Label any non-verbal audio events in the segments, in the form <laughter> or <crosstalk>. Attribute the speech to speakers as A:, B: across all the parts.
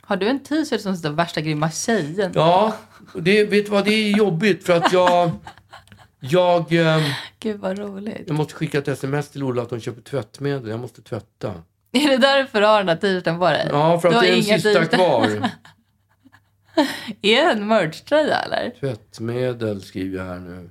A: Har du en t-shirt som står värsta grymma tjejen?
B: Ja, det, vet du vad? Det är jobbigt för att jag... Jag, ehm,
A: Gud vad roligt.
B: jag måste skicka ett sms till Ola att hon köper tvättmedel. Jag måste tvätta.
A: Är det därför du har den där t-shirten på dig?
B: Ja, för
A: Du
B: att
A: har
B: det är den
A: inga
B: sista
A: t-shirtar.
B: kvar.
A: Är det en merch-tröja eller?
B: Tvättmedel skriver jag här nu.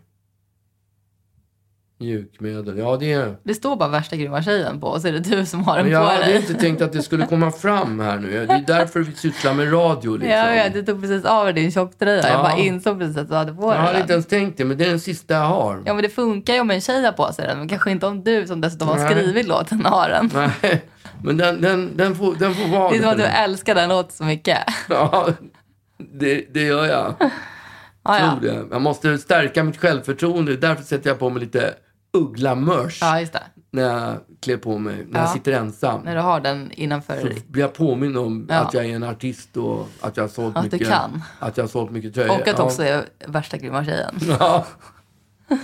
B: Mjukmedel. Ja, det är...
A: Det står bara värsta grymma tjejen på och så är det du som har den
B: Men jag
A: på
B: hade
A: dig.
B: inte tänkt att det skulle komma fram här nu. Det är därför vi sysslar med radio. Liksom.
A: Ja, ja, du tog precis av dig din tjocktröja. Jag
B: Ja.
A: bara insåg precis att du hade på
B: jag hade
A: dig
B: inte
A: den.
B: ens tänkt det, men det är den sista jag har.
A: Ja men det funkar ju om en tjej har på sig den men kanske inte om du som dessutom har
B: Nej.
A: skrivit låten har den.
B: Nej, men den, den, den, får, den får vara
A: Det är som att du
B: där.
A: älskar den låten så mycket.
B: Ja, det, det gör jag.
A: Ja, ja.
B: Tror det. Jag måste stärka mitt självförtroende. Därför sätter jag på mig lite Uggla-mörs
A: ja just det.
B: när jag klär på mig, när
A: Ja.
B: jag sitter ensam.
A: När du har den innanför.
B: Så blir jag påminn om
A: Ja.
B: att jag är en artist och att jag har sålt
A: Att du
B: mycket.
A: kan.
B: Att jag har sålt mycket tröjor.
A: Och att
B: Ja.
A: också är värsta grymma tjejen.
B: <laughs> Ja.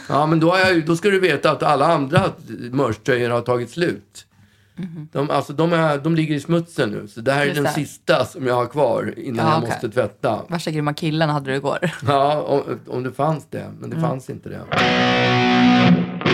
B: Ja, men då, har jag, ju- då ska du veta att alla andra mörströjor har tagit slut. De, alltså, de, är, de ligger i smutsen nu, så det här är
A: Mhm. Just
B: den
A: det.
B: sista som jag har kvar innan
A: Ja,
B: jag
A: okej.
B: måste tvätta.
A: Värsta grymma killen hade du igår. <laughs>
B: Ja, om, om det fanns det, men det fanns inte det.
C: Ja,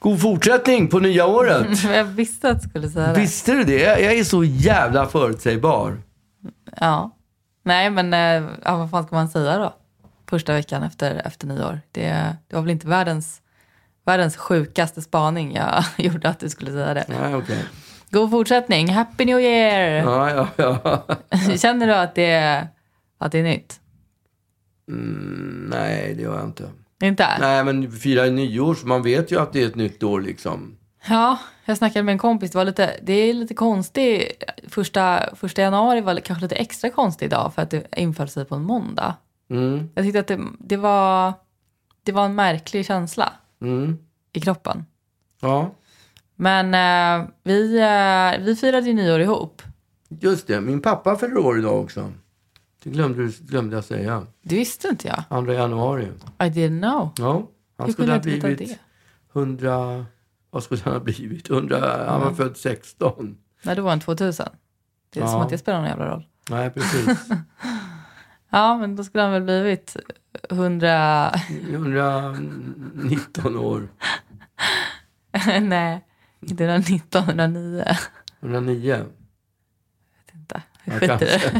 B: God fortsättning på nya året!
A: <laughs> Men Jag visste att du skulle säga det.
B: Visste du det? Jag jag är så jävla förutsägbar.
A: Ja. Nej men eh, ja, vad fan ska man säga då? Första veckan efter, efter nyår. Det, det var väl inte världens, världens sjukaste spaning jag <laughs> gjorde att du skulle säga det.
B: Nej, okej.
A: God fortsättning. Happy New Year!
B: Ja, ja, ja.
A: <laughs> Känner du att det, är- att det är nytt?
B: Mm, nej, det gör jag inte.
A: Inte?
B: Nej, men fira nyår, så man vet ju att det är ett nytt år liksom.
A: Ja, jag snackade med en kompis. Det, var lite, det är lite konstigt. Första, första januari var kanske lite extra konstig idag för att det inföll sig på en måndag.
B: Mm,
A: Jag tyckte att det, det, var, det var en märklig känsla
B: mm.
A: i kroppen.
B: Ja,
A: Men eh, vi, eh, vi firade ju nyår ihop.
B: just det. Min pappa fyller år idag också. Det glömde, du- glömde jag säga.
A: Det visste inte jag.
B: 2 januari.
A: I didn't know.
B: Ja, han
A: Hur
B: skulle
A: kunde
B: ha
A: jag inte veta
B: blivit
A: det?
B: 100... Vad skulle han ha blivit? 100, han var född 16.
A: Nej, då var han 2000. Det är
B: Ja.
A: som att det spelar någon jävla roll.
B: Nej, <laughs> precis.
A: Ja, men då skulle han väl blivit 100...
B: 119 år.
A: <laughs> Nej, inte 119, 109.
B: 109.
A: Vänta,
B: Ja,
A: <laughs> skit i det.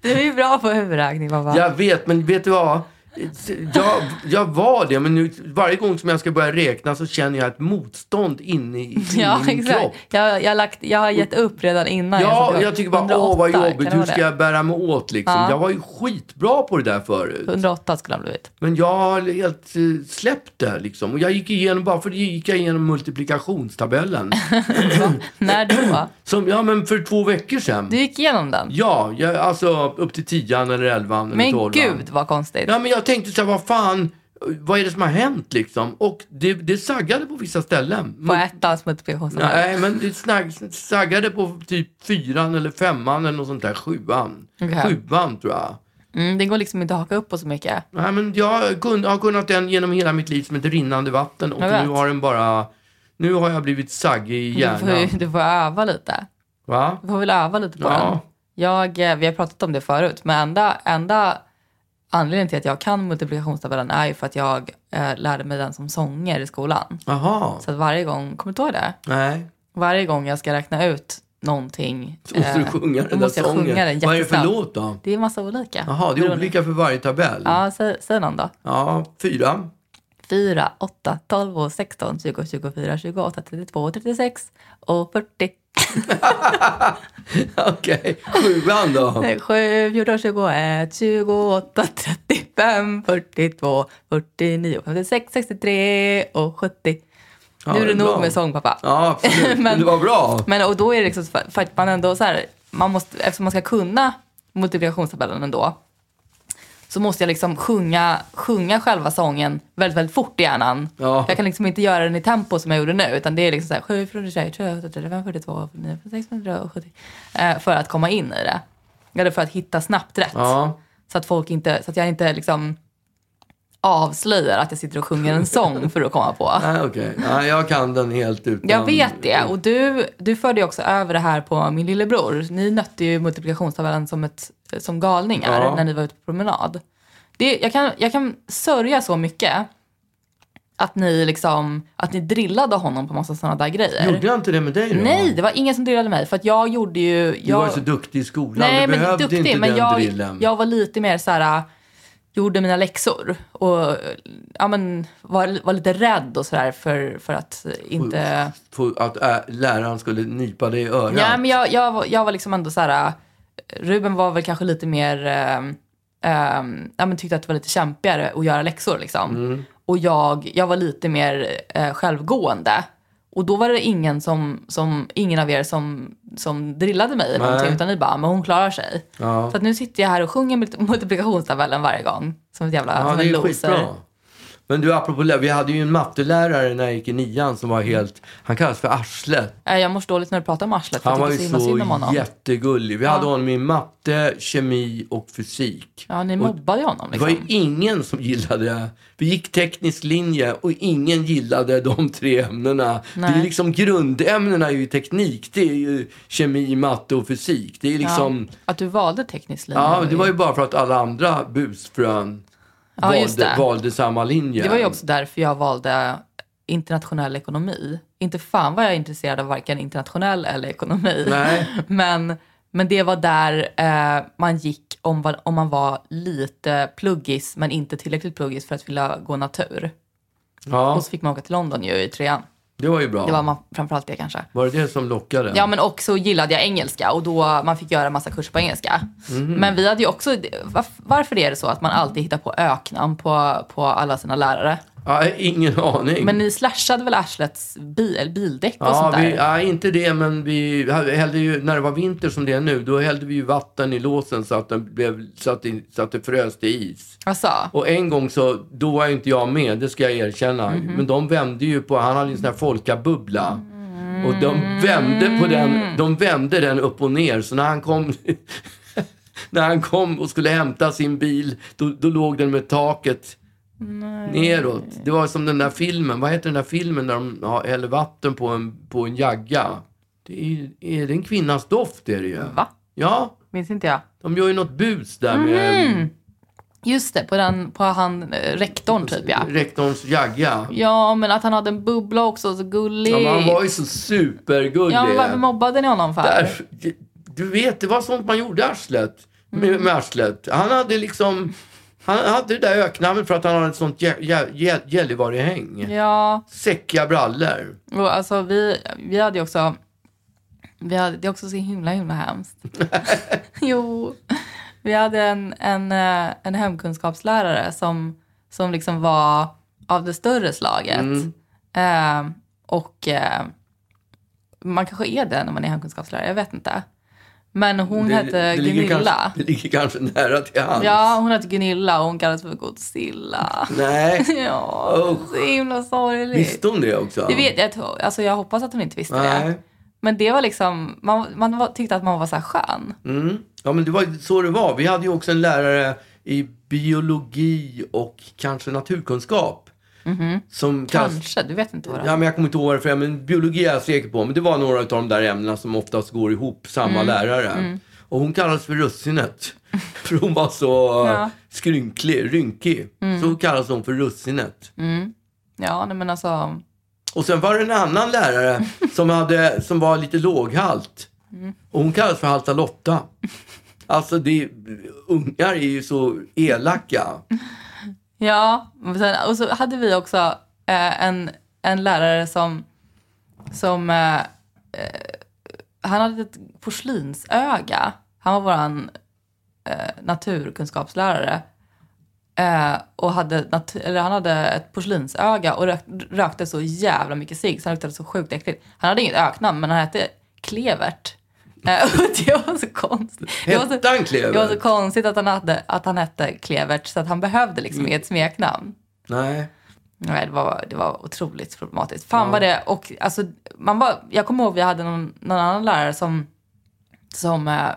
A: Du är ju bra på huvudräkning pappa.
B: Jag vet, men vet du vad? Jag, jag var det, men nu, varje gång som jag ska börja räkna så känner jag ett motstånd inne i, inne
A: <laughs> <laughs> Ja,
B: i min
A: exakt.
B: kropp.
A: Jag, jag, har lagt, jag har gett upp redan innan. satte
B: Ja,
A: igång.
B: jag tycker bara, åh vad
A: 108, kan
B: jobbigt,
A: det
B: hur
A: vara
B: ska
A: det?
B: jag bära mig åt liksom?
A: Ja.
B: Jag var ju skitbra på det där förut.
A: 108 skulle han blivit.
B: Men jag har helt eh, släppt det liksom. Och jag gick igenom, bara för det gick jag
A: <laughs>
B: igenom multiplikationstabellen.
A: När då?
B: Som, ja men för två veckor sedan.
A: Du gick igenom den?
B: Ja, jag, alltså upp till tian eller elvan eller
A: men
B: tolvan.
A: gud vad konstigt.
B: Ja men jag tänkte så här, vad fan, vad är det som har hänt liksom? Och det, det saggade på vissa ställen.
A: På
B: Men,
A: ettans multiplikationstabell.
B: nej men det snag, saggade på typ fyran eller femman eller något sånt där, sjuan.
A: Okej.
B: Sjuan tror jag.
A: Mm, det går liksom inte att haka upp på så mycket.
B: Nej, men jag kun, har kunnat den genom hela mitt liv som ett rinnande vatten och
A: Jag vet.
B: nu har den bara... Nu har jag blivit saggig i
A: Du får, ju-
B: hjärnan.
A: du får öva lite.
B: Va?
A: Du får väl öva lite på
B: Ja.
A: den. Jag, eh, vi har pratat om det förut, men enda, enda anledningen till att jag kan multiplikationstabellen är ju för att jag eh, lärde mig den som sånger i skolan.
B: Jaha.
A: Så att varje gång, kommer du ihåg det?
B: Nej.
A: Varje gång jag ska räkna ut någonting.
B: Så måste du sjunga
A: Eh, då
B: den där
A: måste jag
B: sången.
A: sjunga den
B: Vad är det för
A: jättesnabbt.
B: låt då?
A: Det är massa olika.
B: Jaha, det är
A: Beroende-
B: olika för varje tabell.
A: Ja, säg, säg någon då.
B: Ja, fyra. <laughs>
A: 4, 8, 12 och 16, 20, 24, 28, 32, 36 och 40.
B: Okej, sjuan då?
A: 7, 14, 21, 28, 35, 42, 49, 56, 63 och 70.
B: Ja,
A: nu är det nog
B: bra.
A: med sång, pappa.
B: Ja, absolut.
A: <laughs>
B: Men
A: Men-
B: det var bra.
A: Men, och då är det liksom för för att man ändå så här, man måste, eftersom man ska kunna multiplikationstabellen ändå, så måste jag liksom sjunga, sjunga själva sången väldigt, väldigt fort i hjärnan.
B: Ja.
A: Jag kan liksom inte göra den i tempo som jag gjorde nu, utan det är liksom så här 7, 4, 21, 35, 42, 49, 46, 70, eh, för att komma in i det. Eller för att hitta snabbt rätt.
B: Ja.
A: Så att folk inte, så att jag inte liksom avslöjar att jag sitter och sjunger en sång för att komma på.
B: Nej, okej. Nej, jag kan den helt utan...
A: Jag vet det. Och du, du förde ju också över det här på min lillebror. Ni nötte ju multiplikationstabellen som, ett, som galningar
B: Ja.
A: när ni var ute på promenad. Det, jag, kan, jag kan sörja så mycket att ni, liksom, att ni drillade honom på massa sådana där grejer.
B: Gjorde jag inte det med dig då?
A: Nej, det var ingen som drillade mig. För att jag gjorde ju...
B: Du
A: Jag,
B: var ju så duktig i skolan.
A: Nej,
B: du
A: men
B: behövde
A: duktig.
B: inte
A: men
B: den
A: jag,
B: drillen.
A: jag var lite mer så här, gjorde mina läxor och ja, men, var, var lite rädd och sådär för, för att inte...
B: För att äh, läraren skulle nypa dig i örat.
A: Nej, men jag, jag, var- jag var liksom ändå så här... Ruben var väl kanske lite mer... ehm, ehm, ja, men tyckte att det var lite kämpigare att göra läxor. Liksom.
B: Mm.
A: Och jag, jag var lite mer eh, självgående. Och då var det ingen, som, som, ingen av er som, som drillade mig eller någonting. Utan ni bara, men hon klarar sig.
B: Ja.
A: Så att nu sitter jag här och sjunger multi- multiplikationstabellen varje gång. Som ett jävla
B: Ja,
A: som
B: det
A: en
B: är
A: loser.
B: skitbra. Men du, apropå lä- vi hade ju en mattelärare när jag gick i nian som var
A: Mm.
B: helt... Han kallas för Arslet.
A: Eh, Jag mår så dåligt när du pratar om arslet. för
B: Han var
A: jag
B: ju
A: tycker så himla synd om
B: så
A: honom.
B: jättegullig. Vi hade honom i matte, kemi och fysik.
A: Ja, ni
B: Och
A: mobbade ju honom.
B: Det var ju
A: Liksom.
B: ingen som gillade... Vi gick teknisk linje och ingen gillade de tre ämnena.
A: Nej.
B: Det är liksom grundämnena är ju teknik. Det är ju kemi, matte och fysik. Det är liksom...
A: ja, att du valde teknisk linje.
B: Ja,
A: var
B: det
A: ju-
B: var ju bara för att alla andra busfrön
A: Ja, just
B: valde,
A: det.
B: valde samma linje.
A: Det var ju också därför jag valde internationell ekonomi. Inte fan var jag intresserad av varken internationell eller ekonomi.
B: Nej.
A: <laughs> Men, men det var där eh, man gick om, vad- om man var lite pluggis men inte tillräckligt pluggis för att vilja gå natur.
B: Ja,
A: Och så fick man åka till London ju i trean.
B: det var ju bra.
A: Det var man, framförallt det kanske.
B: Var det det som lockade?
A: Ja men också gillade jag engelska och då man fick göra massa kurser på engelska.
B: Mhm.
A: Men vi hade ju också, varf- varför är det så att man alltid hittar på öknamn på, på alla sina lärare?
B: Ja, ingen aning.
A: Men ni slashade väl Ashlets bil, eller bildäck och
B: ja,
A: sånt där?
B: vi, ja, inte det, men vi hällde ju, när det var vinter som det är nu, då hällde vi ju vatten i låsen så att, den blev, så att, det, så att det frös till is.
A: Alltså,
B: Och en gång så, då var ju inte jag med, det ska jag erkänna.
A: Mhm.
B: Men de vände ju på, han hade ju en sån här folkabubbla. Och de vände på
A: Mm.
B: den, de vände den upp och ner. Så när han kom, <laughs> när han kom och skulle hämta sin bil, då, då låg den med taket neråt. Det var som den där filmen, vad heter den där filmen när de ja, häller vatten på en, på en jagga? Det är, är det en kvinnas doft är det ju.
A: va?
B: Ja,
A: Minns inte jag.
B: de gör ju något bus där med
A: Mhm. Just det, på, den, på han eh, rektorn typ ja.
B: rektorns jagga.
A: Ja, men att han hade en bubbla också, så gullig.
B: Ja, men han var ju så supergullig.
A: Ja, men varför mobbade ni honom för?
B: Där, du vet, det var sånt man gjorde i arslet.
A: Mm.
B: Med, med arslet. Han hade liksom... Han hade det där öknamnet för att han hade ett sånt jä- jä- jä- Gällivarehäng.
A: Ja,
B: Säckiga brallor.
A: och alltså vi, vi hade ju också... Vi hade, det är också så himla, himla
B: <laughs>
A: hemskt. jo. Vi hade en, en, eh, en hemkunskapslärare som, som liksom var av det större slaget.
B: Mm.
A: Eh, och eh, man kanske är det när man är hemkunskapslärare, jag vet inte. Men hon hette
B: ligger
A: Gunilla.
B: kanske, det ligger kanske nära till hands.
A: Ja, hon hette Gunilla och hon kallades för Godzilla. <laughs>
B: Nej,
A: ja,
B: Usch.
A: så himla sorgligt.
B: visste hon det också?
A: Det vet jag, inte. alltså jag hoppas att hon inte visste det.
B: Nej.
A: Men det var liksom, man, man var, tyckte att man var så här skön.
B: Mm. Ja, men det var ju så det var. Vi hade ju också en lärare i biologi och kanske naturkunskap.
A: Mhm.
B: Som kallas-
A: Kanske, du vet inte vad det
B: Ja,
A: var.
B: men jag kommer inte ihåg varför, men biologi är jag säker på. Men det var några av de där ämnena som oftast går ihop, samma
A: Mm.
B: lärare. Och hon kallades för russinet.
A: <laughs>
B: För hon var så
A: Ja. Mm.
B: skrynklig, rynkig. Så kallades hon för russinet.
A: Ja, nej, men alltså. <laughs>
B: Och sen var det en annan lärare som, hade, som var lite låghalt.
A: Mm.
B: Och hon kallas för
A: <laughs>
B: Halta Lotta. Alltså, det, ungar är ju så elaka.
A: Ja, och, sen, och så hade vi också eh, en, en lärare som... som eh, eh, han hade ett porslinsöga. Han var vår eh, naturkunskapslärare. Eh, och hade nat- eller han hade ett porslinsöga och rök, rökte så jävla mycket cigg så han luktade så sjukt äckligt. Han hade inget öknamn, men han hette Klevert. Eh, <laughs> och det var så konstigt. Det var så-
B: Hette han Klevert?
A: Det var så konstigt att han, hade, att han hette Klevert så att han behövde liksom inget smeknamn.
B: Nej.
A: Nej, det var, det var otroligt problematiskt. Fan vad det... Och, alltså, man var, jag kommer ihåg vi hade någon, någon annan lärare som, som eh,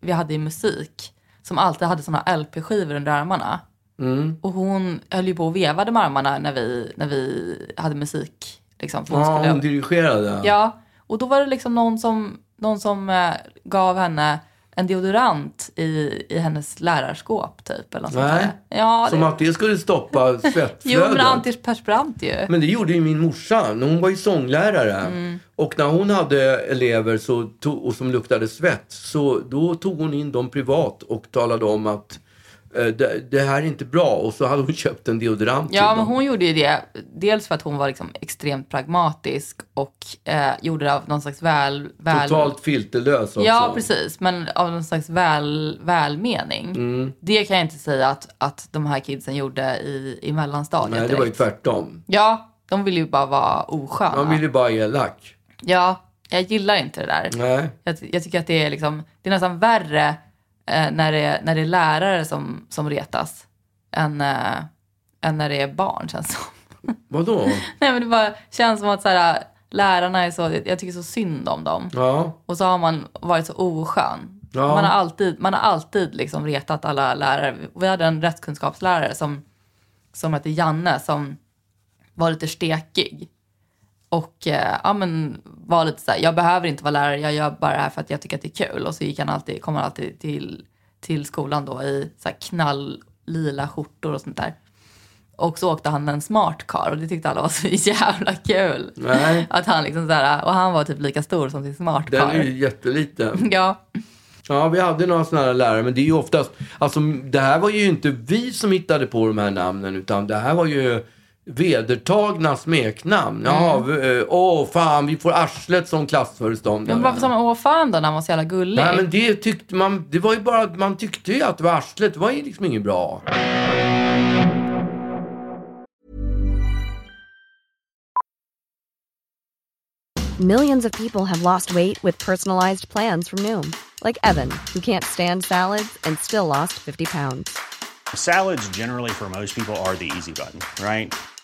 A: vi hade i musik som alltid hade såna LP-skivor under armarna.
B: Mm.
A: Och hon höll ju på och vevade med armarna när vi, när vi hade musik. Liksom, för hon
B: Ja,
A: skulle,
B: hon dirigerade.
A: Ja, och då var det liksom någon som, någon som eh, gav henne en deodorant i, i hennes lärarskåp typ. Eller något sånt
B: Nej.
A: där. Ja,
B: Som
A: det,
B: att det skulle stoppa
A: <laughs> jo, men
B: svettflödet.
A: antiperspirant ju.
B: Men typ det gjorde ju min morsa. Hon var ju sånglärare.
A: Mm.
B: Och när hon hade elever så to- och som luktade svett så då tog hon in dem privat och talade om att eh, det, det här är inte bra. Och så hade hon <laughs> köpt en deodorant till
A: Ja, men
B: dem.
A: hon gjorde ju det. Dels för att hon var liksom extremt pragmatisk och eh, gjorde det av någon slags väl... väl
B: Totalt filterlös alltså. också.
A: Ja, precis. Men av någon slags väl, välmening.
B: Mm.
A: Det kan jag inte säga att, att de här kidsen gjorde i, i mellanstadiet
B: Nej, det var ju
A: direkt.
B: tvärtom.
A: Ja, de ville ju bara vara osköna.
B: Man ville bara elak.
A: Ja, jag gillar inte det där.
B: Nej.
A: Jag, ty- jag tycker att det är, liksom, det är nästan värre eh, när, det, när det är lärare som, som retas än, eh, än när det är barn känns som. <laughs>
B: Vadå?
A: Nej men det bara känns som att så här, lärarna är så, jag tycker så synd om dem.
B: Ja.
A: Och så har man varit så oskön.
B: Ja.
A: Man har alltid, man har alltid liksom retat alla lärare. Vi hade en rättskunskapslärare som, som hette Janne som var lite stekig. Och eh, ja, men var lite så här, jag behöver inte vara lärare, jag gör bara det här för att jag tycker att det är kul. Och så gick han alltid, kom han alltid till, till skolan då i så här knalllila skjortor och sånt där. Och så åkte han en smart car och det tyckte alla var så <laughs> jävla kul.
B: Nej.
A: Att han liksom så här, och han var typ lika stor som sin smart
B: Den
A: car.
B: är ju jätteliten.
A: <laughs> Ja.
B: Ja, vi hade några sådana här lärare, men det är ju oftast... Alltså, det här var ju inte vi som hittade på de här namnen, utan det här var ju vedertagna smeknamn. Jaha,
A: Mm.
B: vi- eh, åh fan, vi får arslet som klassföreståndare.
A: Men varför sa man åh fan då när man var så jävla gullig?
B: Nej, men det tyckte man... Det var ju bara att man tyckte ju att det var arslet. Det var ju liksom inget bra.
C: Millions of people have lost weight with personalized plans from Noom, like Evan, who can't stand salads and still lost 50 pounds.
D: Salads, generally, for most people, are the easy button, right?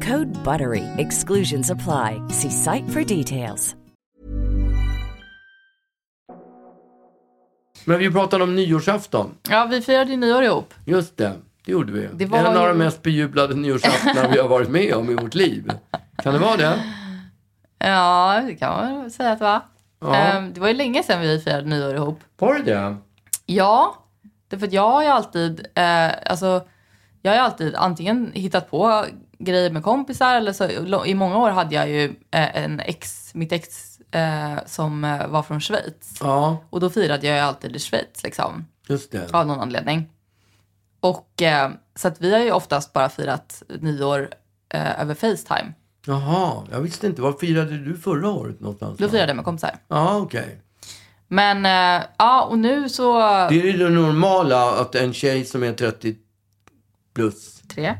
E: Code BUTTERY. Exclusions apply. See site for details.
B: Men vi pratade om nyårsafton.
A: Ja, vi firade ju nyår ihop.
B: Just det, det gjorde vi.
A: Det var
B: en av
A: ju-
B: de mest bejublade nyårsaftnar vi har varit med om i vårt liv. Kan det vara det?
A: Ja, det kan man väl säga att det var.
B: Ja.
A: Ehm, det var ju länge sedan vi firade nyår ihop.
B: Var det det?
A: Ja, därför att jag har ju alltid, eh, alltså, jag har ju alltid antingen hittat på grejer med kompisar eller så, i många år hade jag ju eh, en ex, mitt ex eh, som eh, var från Schweiz.
B: Ja,
A: Och då firade jag ju alltid i Schweiz liksom.
B: just det.
A: av någon anledning. Och eh, så att vi har ju oftast bara firat nyår eh, över Facetime.
B: Jaha, jag visste inte. Vad firade du förra året någonstans?
A: Då
B: då?
A: firade jag med kompisar.
B: Ja, okej.
A: Men eh, ja, och nu så...
B: Det är ju det normala att en tjej som är 30 plus
A: Tre.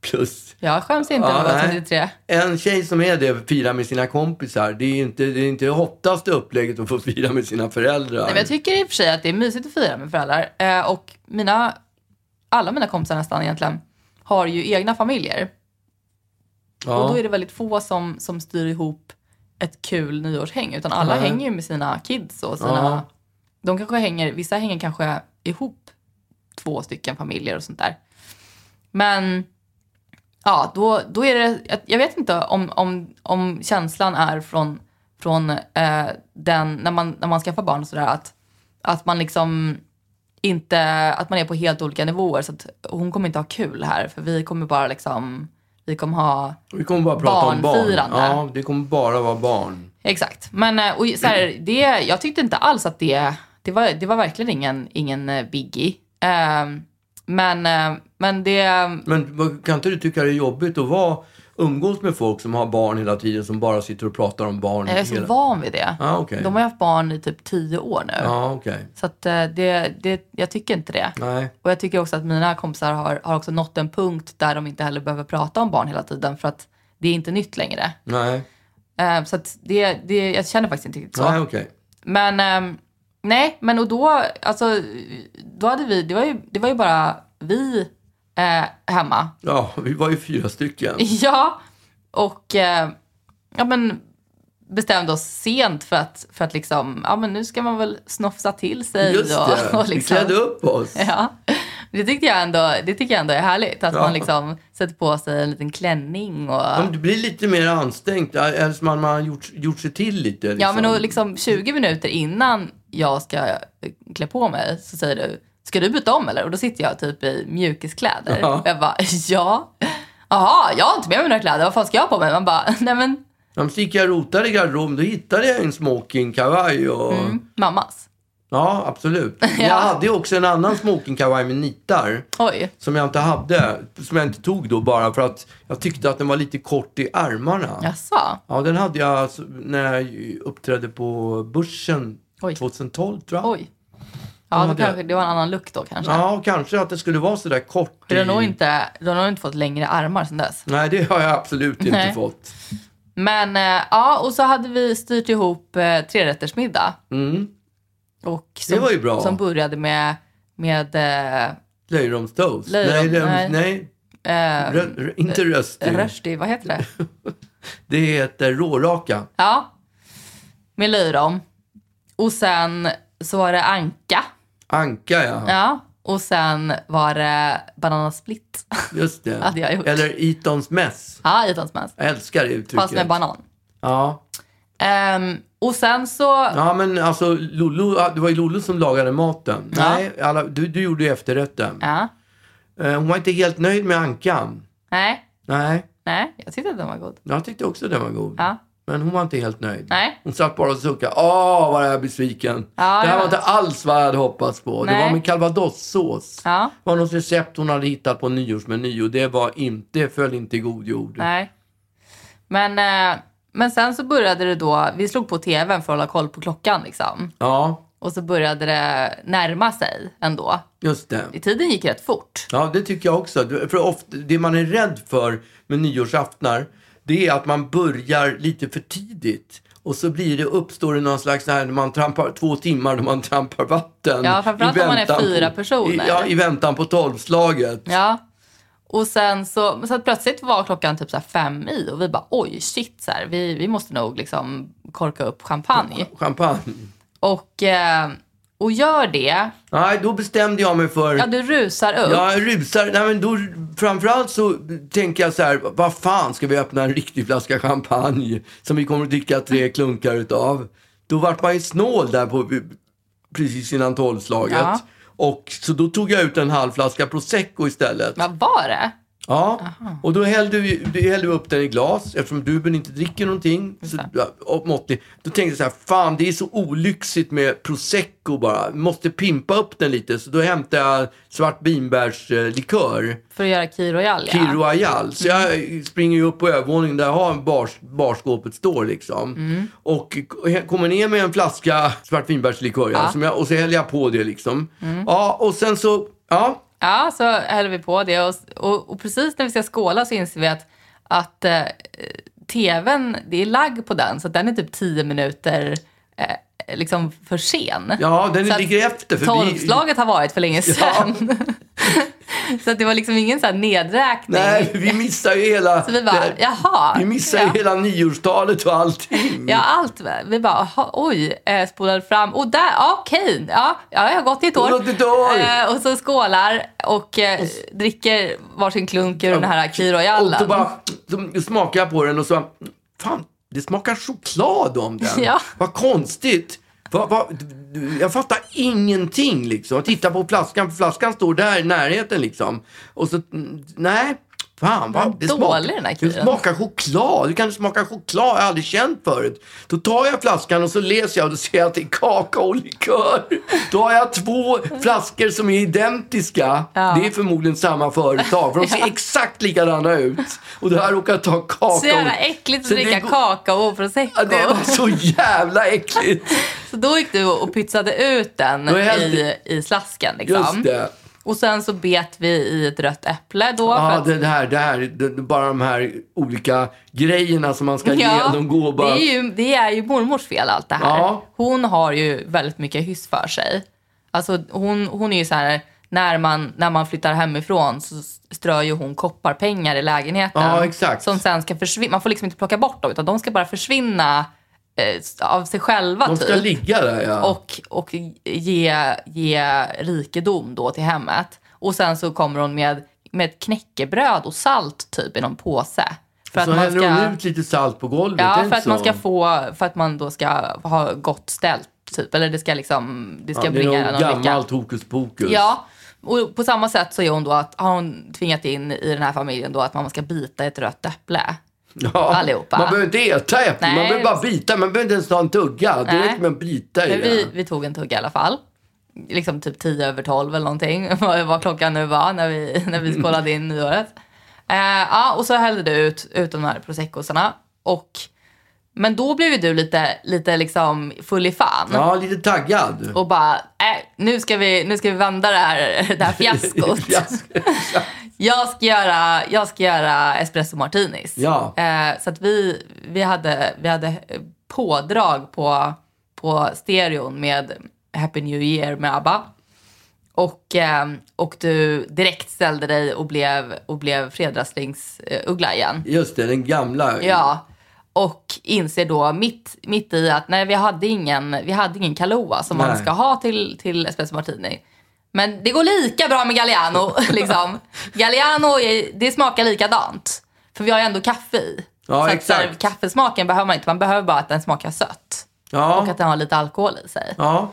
B: plus.
A: Jag skäms inte
B: Ja,
A: över att vara
B: nej.
A: 33.
B: En tjej som är det firar med sina kompisar. Det är ju inte det, är inte det hottaste upplägget att få fira med sina föräldrar.
A: Nej, men jag tycker i och för sig att det är mysigt att fira med föräldrar. Eh, och mina, alla mina kompisar nästan egentligen har ju egna familjer. Och då är det väldigt få som, som styr ihop ett kul nyårshäng. Utan alla
B: Nej.
A: hänger ju med sina kids och sina...
B: Ja.
A: De kanske hänger, vissa hänger kanske ihop två stycken familjer och sånt där. Men ja, då, då är det... jag- Jag vet inte om, om, om känslan är från, från eh, den, när man, när man skaffar barn och sådär, att, att man liksom inte, att man är på helt olika nivåer. Så att hon kommer inte ha kul här, för vi kommer bara liksom, vi kommer ha
B: Vi kommer bara prata om barn.
A: Barnfirande.
B: Ja, det kommer bara vara barn.
A: Exakt. Men eh, och så här, det, jag tyckte inte alls att det... Det var, det var verkligen ingen, ingen eh, biggie. Ehm, men, eh, men det...
B: Men vad- kan inte du tycka det är jobbigt att vara, umgås med folk som har barn hela tiden, som bara sitter och pratar om barn?
A: Jag är så
B: hela...
A: van vid det.
B: Ja, Ah, okej.
A: De har ju haft barn i typ tio år nu.
B: Ja, okej.
A: Så att, eh, det, det, jag tycker inte det.
B: Nej.
A: Och jag tycker också att mina kompisar har, har också nått en punkt där de inte heller behöver prata om barn hela tiden för att det är inte nytt längre.
B: Nej.
A: Ehm, så att det, det, jag känner faktiskt inte riktigt så.
B: Nej, okej.
A: Men ehm, nej, men och då, alltså, då hade vi, det var ju, det var ju bara vi eh, hemma. <laughs>
B: Ja, vi var ju fyra stycken.
A: Ja, och eh, ja, men bestämde oss sent för att, för att liksom, ja men nu ska man väl snofsa till sig.
B: Just det,
A: <laughs> och, och
B: vi
A: liksom,
B: klädde upp oss.
A: <laughs> Ja, det tyckte jag ändå, det tycker jag ändå är härligt. Att
B: Ja.
A: man liksom sätter på sig en liten klänning och...
B: Ja, men Det blir lite mer ansträngt, eller som man, man har gjort, gjort sig till lite. Liksom.
A: Ja, men och liksom 20 minuter innan jag ska eh, klä på mig så säger du, ska du byta om eller? Och då sitter jag typ i mjukiskläder.
B: Ja.
A: Och jag bara, ja. Jaha, jag har inte med mig några kläder. Vad fan ska jag ha på mig? Man bara, <laughs> nej men
B: Ja, men så gick jag och rotade i garderoben, då hittade jag en smokingkavaj. Och...
A: Mm. mammas.
B: Ja,
A: <laughs>
B: absolut. Men Jag hade ju också en annan smokingkavaj med nitar.
A: Oj.
B: Som jag inte hade, som jag inte tog då bara för att jag tyckte att den var lite kort i armarna.
A: Jaså?
B: Ja, den hade jag alltså när jag uppträdde på Börsen
A: Oj.
B: 2012 tror jag.
A: Oj. Ja,
B: Ja,
A: då
B: det-
A: kanske det var en annan look då kanske.
B: Ja, kanske att det skulle vara sådär kort.
A: För du har,
B: i-
A: nog inte, du har nog inte fått längre armar sedan dess.
B: Nej, det har jag absolut inte
A: Nej.
B: fått.
A: Men eh, ja, och så hade vi styrt ihop eh, trerättersmiddag. Och som,
B: Mm. var ju bra.
A: Som började med, med eh,
B: Löjromstoast.
A: Löjrom,
B: nej,
A: nej.
B: löjrom- nej.
A: eh,
B: Rö, rö, inte rösting.
A: Rushdie, vad heter det?
B: Det heter råraka.
A: Ja, med löjrom. Och sen så var det anka.
B: Anka, ja.
A: Ja. Och sen var det bananasplitt.
B: Just det.
A: Hade jag gjort.
B: Eller Itons mess.
A: <laughs> ja, i Tansmans.
B: Jag älskar det uttrycket.
A: Fast med banan.
B: Ja.
A: Ehm, och sen så... Ja.
B: Ja, men alltså Lolo, det var ju Lolo som lagade maten.
A: Ja.
B: Nej, alla, du, du gjorde ju efterrätten. Eh, Hon var inte helt nöjd med ankan.
A: Nej,
B: Nej,
A: nej. Jag tyckte att den var god.
B: jag tyckte också den var god.
A: Ja.
B: Men hon var inte helt nöjd.
A: Nej.
B: Hon satt bara och suckade. Åh, vad jag är besviken. det
A: jag
B: här var
A: vet.
B: inte alls vad jag hade hoppats på. Det
A: Nej.
B: var med calvadossås.
A: Ja.
B: Det var något recept hon hade hittat på en nyårsmeny och det var inte, det föll inte i god jord.
A: Nej. Men, eh, men sen så började det då... Vi slog på tvn för att hålla koll på klockan. liksom.
B: Ja,
A: Och så började det närma sig ändå.
B: just det.
A: Tiden gick rätt fort.
B: Ja, det tycker jag också. Du- För ofta, det man är rädd för med nyårsaftnar, det är att man börjar lite för tidigt. Och så blir det, uppstår det någon slags, när man trampar, två timmar då man trampar vatten.
A: Ja, framförallt
B: i
A: om man är
B: väntan
A: fyra
B: på,
A: personer.
B: I, ja, i väntan på tolvslaget.
A: Ja. Och sen så, så att plötsligt var klockan typ så här fem i och vi bara oj shit så här, vi, vi måste nog liksom korka upp champagne.
B: Champagne.
A: Och, eh, och gör det,
B: Nej, då bestämde jag mig för...
A: ja du rusar upp.
B: Jag rusar. Nej, men då, framförallt så tänker jag så här, vad fan ska vi öppna en riktig flaska champagne som vi kommer att dricka tre klunkar utav? Då vart man ju snål där på, precis innan tolvslaget.
A: Ja.
B: Och, så då tog jag ut en halv flaska prosecco istället. Ja.
A: Vad var det?
B: Och då hällde vi, då hällde vi upp den i glas eftersom Ruben inte dricker någonting. Så, ja, och måttlig. Då tänkte jag så här, fan det är så olyxigt med prosecco bara. Vi måste pimpa upp den lite. Så då hämtade jag svart vinbärslikör.
A: För att göra Key Royale ja.
B: Kir Royal. Så
A: Mm.
B: jag springer ju upp på övervåningen där jag har en bars, barskåpet står liksom.
A: Mm.
B: Och k- kommer ner med en
A: Mm.
B: flaska svartvinbärslikör ja. som jag, och så häller jag på det liksom. Ja, och sen så, ja.
A: Ja, så häller vi på det. Och, och, och precis när vi ska skåla så inser vi att, att eh, tvn, det är lagg på den. Så att den är typ 10 minuter eh, liksom för sen.
B: Ja, den
A: Så att
B: ligger efter, för vi-
A: Tolvslaget har varit för länge sedan. <laughs> så att det var liksom ingen så här nedräkning.
B: Nej, vi missar ju hela...
A: Så vi bara,
B: det-
A: jaha.
B: Vi missar ju
A: Ja.
B: hela nyårstalet och allting.
A: Ja, allt. Vi bara, aha, oj, eh, spolade fram. Och där, ja, okej. Ja, ja, jag har gått i ett år.
B: Gått i ett år.
A: Eh, och så skålar och eh, dricker varsin klunk ur den här Kiro
B: Och
A: Jallan.
B: då bara de smakar jag på den och så, fan, det smakar choklad om den.
A: Ja.
B: Vad konstigt. Vad- vad- jag fattar ingenting liksom. Jag tittar på flaskan, för flaskan står där i närheten liksom. Och så, nej. Fan, vad, det,
A: dålig
B: smakar,
A: den här
B: det
A: killen.
B: smakar choklad. Hur kan det smaka choklad? Jag har aldrig känt förut. Då tar jag flaskan och så läser jag och då ser jag att det är kakaolikör. Då har jag två flaskor som är identiska. Det är förmodligen samma företag, för de ser exakt likadana ut. Och det här råkar ta kakao.
A: Så jävla äckligt att
B: oh. Så det
A: dricka
B: går-
A: kakao och prosecco.
B: Ja, Det var så jävla äckligt.
A: Så då gick du och pytsade ut den
B: Då hällde-
A: i, i slasken. Liksom.
B: Just det.
A: Och sen så bet vi i ett rött äpple då. för
B: Ja,
A: att-
B: det det här, det här, det, det- bara de här olika grejerna som man ska genomgå. Bara,
A: det, är ju, det är ju mormors fel allt det här.
B: Ja.
A: Hon har ju väldigt mycket hyss för sig. Alltså hon, hon är ju så här, när man, när man flyttar hemifrån så strör ju hon kopparpengar i lägenheten.
B: Ja, exakt.
A: Som sen ska försvinna. Man får liksom inte plocka bort dem utan de ska bara försvinna eh, av sig själva
B: de ska
A: typ.
B: ligga där ja.
A: Och, och ge, ge rikedom då till hemmet. Och sen så kommer hon med, med ett knäckebröd och salt typ i någon påse. För
B: så häller de ut lite salt på golvet. är
A: Ja,
B: det
A: för att
B: så?
A: man ska få, för att man då ska ha gott ställt typ. Eller det ska liksom, det ska
B: ja, det
A: bringa
B: är
A: någon
B: något
A: lycka.
B: gammalt hokus pokus.
A: Ja, och på samma sätt så är hon då att, har hon tvingat in i den här familjen då att man ska bita ett rött äpple.
B: <laughs> Ja,
A: allihopa.
B: Man behöver inte äta äpplen, man
A: Nej.
B: behöver bara bita. Man behöver inte ens ta en tugga. Det
A: Nej.
B: räcker med att bita i
A: Men vi,
B: den.
A: vi tog en tugga i alla fall. Liksom typ 10 över 12 eller någonting. <laughs> Vad vad klockan nu var när vi, när vi skålade in nyåret. Eh, ja, och så hällde du ut, ut de här proseccosarna. Och, men då blev ju du lite, lite liksom full i fan.
B: Ja, lite taggad. <laughs>
A: och bara, äh, nu, ska vi, nu ska vi vända det här, <laughs> det här fiaskot.
B: Fiasko.
A: jag, ska göra, jag ska göra espresso martinis.
B: Ja.
A: Eh, så att vi, vi, hade, vi hade pådrag på, på stereon med Happy New Year med ABBA. Och, eh, och du direkt ställde dig och blev, och blev fredagslingsuggla igen.
B: Just det, den gamla.
A: Ja. Och inser då mitt, mitt i att nej, vi hade ingen, vi hade ingen Kahlua som man
B: Nej.
A: ska ha till, till espresso martini. Men det går lika bra med
B: <laughs>
A: Galliano. <laughs> liksom. Galliano, är, det smakar likadant. För vi har ju ändå kaffe i.
B: Ja,
A: så
B: exakt.
A: Att, så här, kaffesmaken behöver man inte. Man behöver bara att den smakar sött. Och
B: Ja.
A: att den har lite alkohol i sig.
B: ja.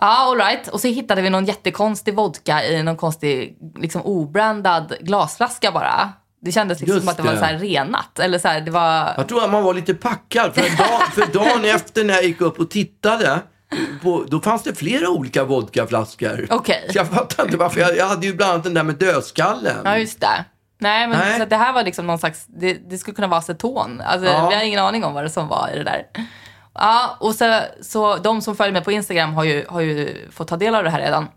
A: Ja, all right. Och så hittade vi någon jättekonstig vodka i någon konstig, liksom obrandad glasflaska bara. Det kändes liksom
B: Just
A: som att det var
B: det.
A: så här renat. Eller så här, det var...
B: Jag tror att man var lite packad. För, dag,
A: <laughs>
B: för dagen efter när jag gick upp och tittade, på, då fanns det flera olika vodkaflaskor.
A: Okej.
B: Så jag fattar inte varför. Jag, jag hade ju bland annat den där med dödskallen.
A: Ja, just det. Nej, men
B: Nej.
A: Så att det här var liksom någon slags... Det, det skulle kunna vara aceton. Alltså,
B: Ja.
A: Vi har ingen aning om vad det som var i det där. Ja, och så, så de som följer mig på Instagram har ju, har ju fått ta del av det här redan.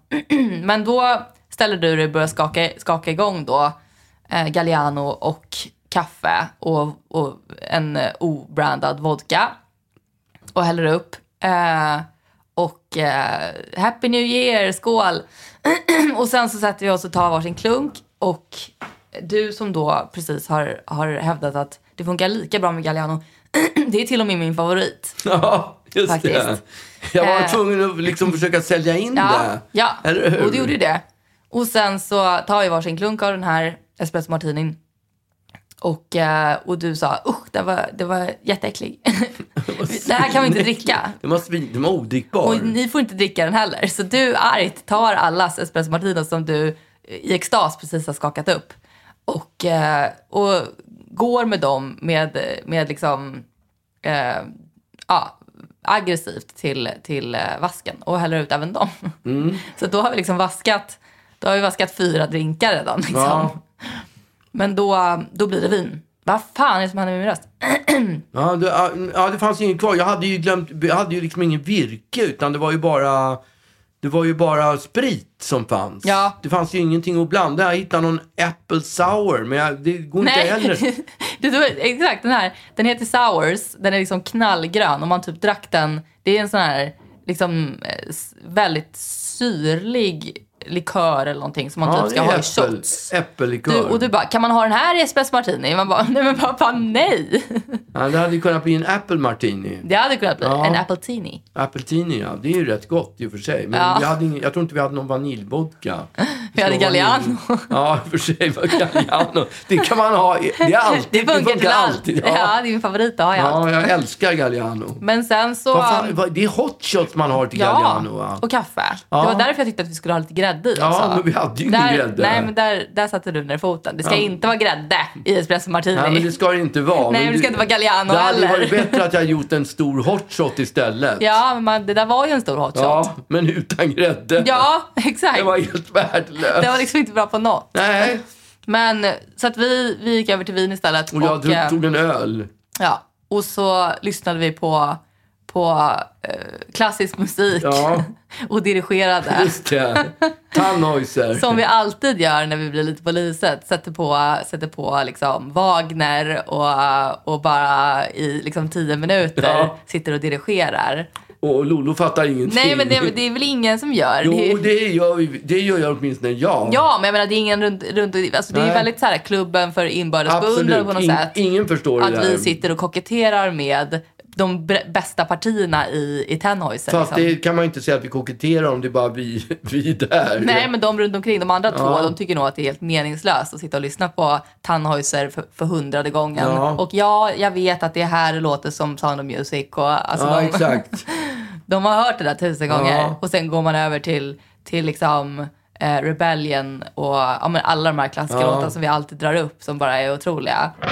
A: <clears throat> men då ställer du dig och börjar skaka, skaka igång då eh, Galliano och kaffe och, och en eh, obrandad vodka och häller upp. Eh, och eh, Happy New Year, skål! och sen så sätter vi oss och tar varsin klunk. Och du som då precis har, har hävdat att det funkar lika bra med Galliano. <clears throat> det är till och med min favorit.
B: <laughs> Ja, just det.
A: Faktiskt.
B: Jag var
A: Eh.
B: tvungen att liksom försöka sälja in
A: Ja,
B: det.
A: ja.
B: Eller hur?
A: och du gjorde ju det. Och sen så tar vi varsin klunk av den här espresso martinin. Och, eh, och du sa usch, det var, det var jätteäcklig. <laughs> det här kan vi inte dricka.
B: Den var, svin, den var odrickbar.
A: Och ni får inte dricka den heller. Så du argt tar allas espresso martino som du i extas precis har skakat upp. Och, eh, och går med dem med, med liksom, eh, ja, aggressivt till, till eh, vasken och häller ut även dem. <laughs> Så då har vi liksom vaskat, då har vi vaskat fyra drinkar redan. Liksom.
B: Ja.
A: Men då, då blir det vin. Vad fan är det som händer med min röst?
B: Ja, det, ja, det fanns ingen kvar. Jag hade ju glömt, jag hade ju liksom ingen virke utan det var ju bara, det var ju bara sprit som fanns.
A: Ja.
B: Det fanns ju ingenting att blanda. Jag hittade någon apple sour, men jag, det går
A: <laughs>
B: inte heller.
A: Nej, typ det var, exakt den här. Den heter Sours. Den är liksom knallgrön och man typ drack den. Det är en sån här liksom eh, s- väldigt syrlig likör eller någonting som man typ ska
B: det är
A: ha i
B: äppel-
A: shots.
B: Äppellikör.
A: Du, och du bara, kan man ha den här i espresso martini? Man bara, nej men vad fan nej. <laughs>
B: ja, det hade ju kunnat bli en apple martini.
A: Det hade kunnat bli
B: Ja.
A: en appletini.
B: Apeltini, ja. Det är ju rätt gott i och för sig. Men
A: Ja.
B: vi hade ingen, jag tror inte vi hade någon vaniljvodka.
A: Vi hade
B: Så vanilj-
A: Galliano.
B: Ja, i och för sig. Var Galliano. Det kan man ha. i- Det är alltid.
A: <laughs> Det funkar till allt.
B: alltid.
A: Ja, det är min favorit. Det har jag.
B: ja, jag älskar Galliano.
A: Men sen så...
B: Vad fan, vad, det är hot shots man har till
A: Ja,
B: Galliano, va?
A: och kaffe.
B: Ja.
A: Det var därför jag tyckte att vi skulle ha lite grädde i
B: Ja,
A: också.
B: men vi hade ju ingen
A: där,
B: grädde.
A: Nej, men där, där satte du ner foten. Det ska
B: Ja.
A: inte vara grädde i espresso martini.
B: Nej, men det ska det inte vara.
A: Nej, men det ska inte vara Galliano
B: Det hade
A: heller.
B: varit bättre att jag gjort en stor hot shot istället.
A: Ja, men man, det där var ju en stor hot shot. Ja,
B: Ja, men utan grädde.
A: exakt.
B: Det var helt värdelöst.
A: Det var liksom inte bra på något.
B: Nej,
A: Men så att vi, vi gick över till vin istället.
B: och jag
A: eh,
B: drog, tog en öl.
A: ja, och så lyssnade vi på, på eh, klassisk musik
B: Ja.
A: <laughs> och dirigerade.
B: Just det. Tannhäuser.
A: Som vi alltid gör när vi blir lite på lyset. Sätter på, sätter på liksom Wagner och, och bara i liksom tio minuter
B: Ja.
A: sitter och dirigerar.
B: Och Lolo fattar ingenting.
A: Nej, men det, det är väl ingen som gör det.
B: Jo, det gör, ju- det gör jag åtminstone jag.
A: Ja, men jag menar det är ingen runt... runt alltså, det är ju
B: Nej.
A: väldigt så här klubben för inbördesbeundrare
B: Absolut.
A: på något
B: In,
A: sätt.
B: ingen förstår det
A: att
B: där.
A: vi sitter och koketterar med de br- bästa partierna i, i Tannhäuser.
B: Fast
A: liksom.
B: det kan man inte säga att vi koketterar om, det är bara vi, <laughs> vi där.
A: Nej, men de runt omkring, de andra två,
B: Ja.
A: de tycker nog att det är helt meningslöst att sitta och lyssna på Tannhäuser för, för hundrade gången.
B: Ja.
A: Och ja, jag vet att det här låter som Sound of Music och alltså
B: Ja,
A: de,
B: exakt.
A: <laughs> de har hört det där tusen gånger.
B: Ja.
A: Och sen går man över till, till liksom eh, Rebellion och ja, men alla de här klassiska
B: Ja.
A: låtarna som vi alltid drar upp som bara är otroliga. <laughs>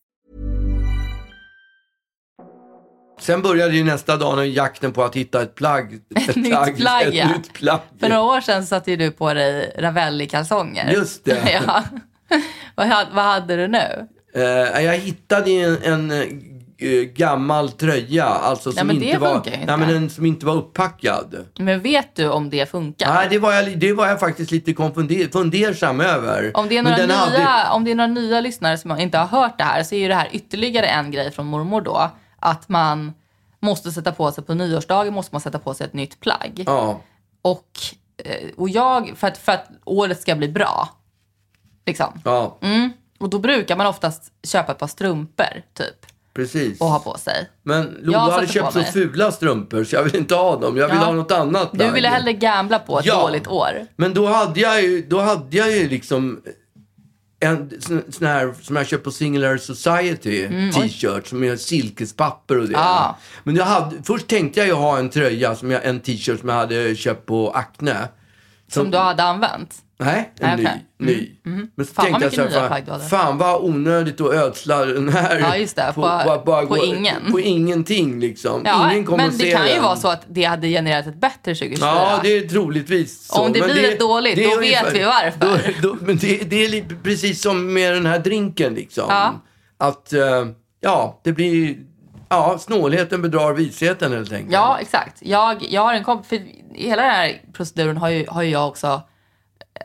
B: Sen började ju nästa dag när jakten på att hitta ett plagg.
A: <laughs>
B: Ett,
A: nytt plagg,
B: ett
A: ja.
B: nytt plagg.
A: För några år sedan satte ju du på dig Ravelli-kalsonger.
B: Just det.
A: <laughs> ja. vad, ha- vad hade du nu?
B: Eh, jag hittade en, en eh, g- gammal tröja, alltså som
A: men det
B: inte var
A: funkar ju inte.
B: Nej, men en som inte var upppackad.
A: Men vet du om det funkar?
B: Nej, det var jag, det var jag faktiskt lite konfunder, fundersam över.
A: Om det, är
B: Men
A: några
B: den
A: nya,
B: hade-
A: om det är några nya lyssnare som inte har hört det här så är ju det här ytterligare en grej från mormor då. Att man måste sätta på sig, på nyårsdagen måste man sätta på sig ett nytt plagg.
B: Ja,
A: Och, eh, och jag, för att, för att året ska bli bra. Liksom.
B: ja
A: Och då brukar man oftast köpa ett par strumpor typ
B: precis.
A: och ha på sig.
B: Men Lolo
A: Jag
B: hade
A: satte på
B: köpt så
A: mig.
B: fula strumpor så jag vill inte ha dem. Jag vill
A: Ja.
B: ha något annat
A: Du
B: plagg.
A: ville hellre gambla på ett
B: Ja.
A: dåligt år.
B: Men då hade jag ju, då hade jag ju liksom en sån, sån här som jag köpt på Singular Society t-shirt som är silkespapper och det.
A: Mm, Ah.
B: Men jag hade, först tänkte jag ju ha en tröja, som jag, en t-shirt som jag hade köpt på Acne.
A: Som du hade använt.
B: Nej, en
A: Nej, okej. Mm.
B: ny. ny. Men så
A: Fan, vad
B: tänkte jag
A: mycket
B: så här,
A: nya plagg
B: fan,
A: du hade.
B: fan vad onödigt att ödsla den här
A: Ja, just det, på-
B: att
A: på ingen.
B: på ingenting liksom.
A: Ja,
B: Ingen kommer
A: men
B: att
A: det
B: se
A: kan ju
B: den.
A: vara så att det hade genererat ett bättre 2024.
B: Ja, det är troligtvis så.
A: Om det
B: men
A: blir ett dåligt,
B: det är
A: då vet vi varför.
B: Då, då, men det, det är lite precis som med den här drinken liksom.
A: Ja.
B: Att, eh, ja, det blir, ja, snålheten bedrar visheten helt enkelt.
A: Ja, exakt. Jag, jag har en kompis, för hela den här proceduren har ju, har ju jag också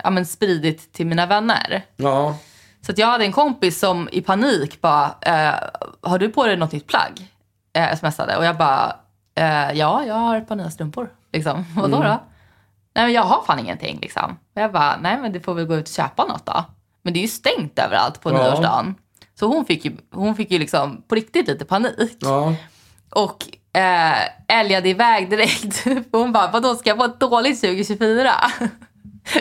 A: ja, men spridit till mina vänner.
B: Ja,
A: Så att jag hade en kompis som i panik bara, eh, har du på dig något nytt plagg? Eh, smsade. Och jag bara, eh, ja, jag har ett par nya strumpor. Liksom. <laughs> Vadå då? Nej men jag har fan ingenting liksom. Och jag bara, nej men du får väl gå ut och köpa något då. Men det är ju stängt överallt på
B: Ja.
A: nyårsdagen. Så hon fick ju, hon fick ju liksom på riktigt lite panik
B: ja.
A: och <laughs> eh, älgade iväg direkt. För Hon bara, vadå ska jag vara dåligt 2024?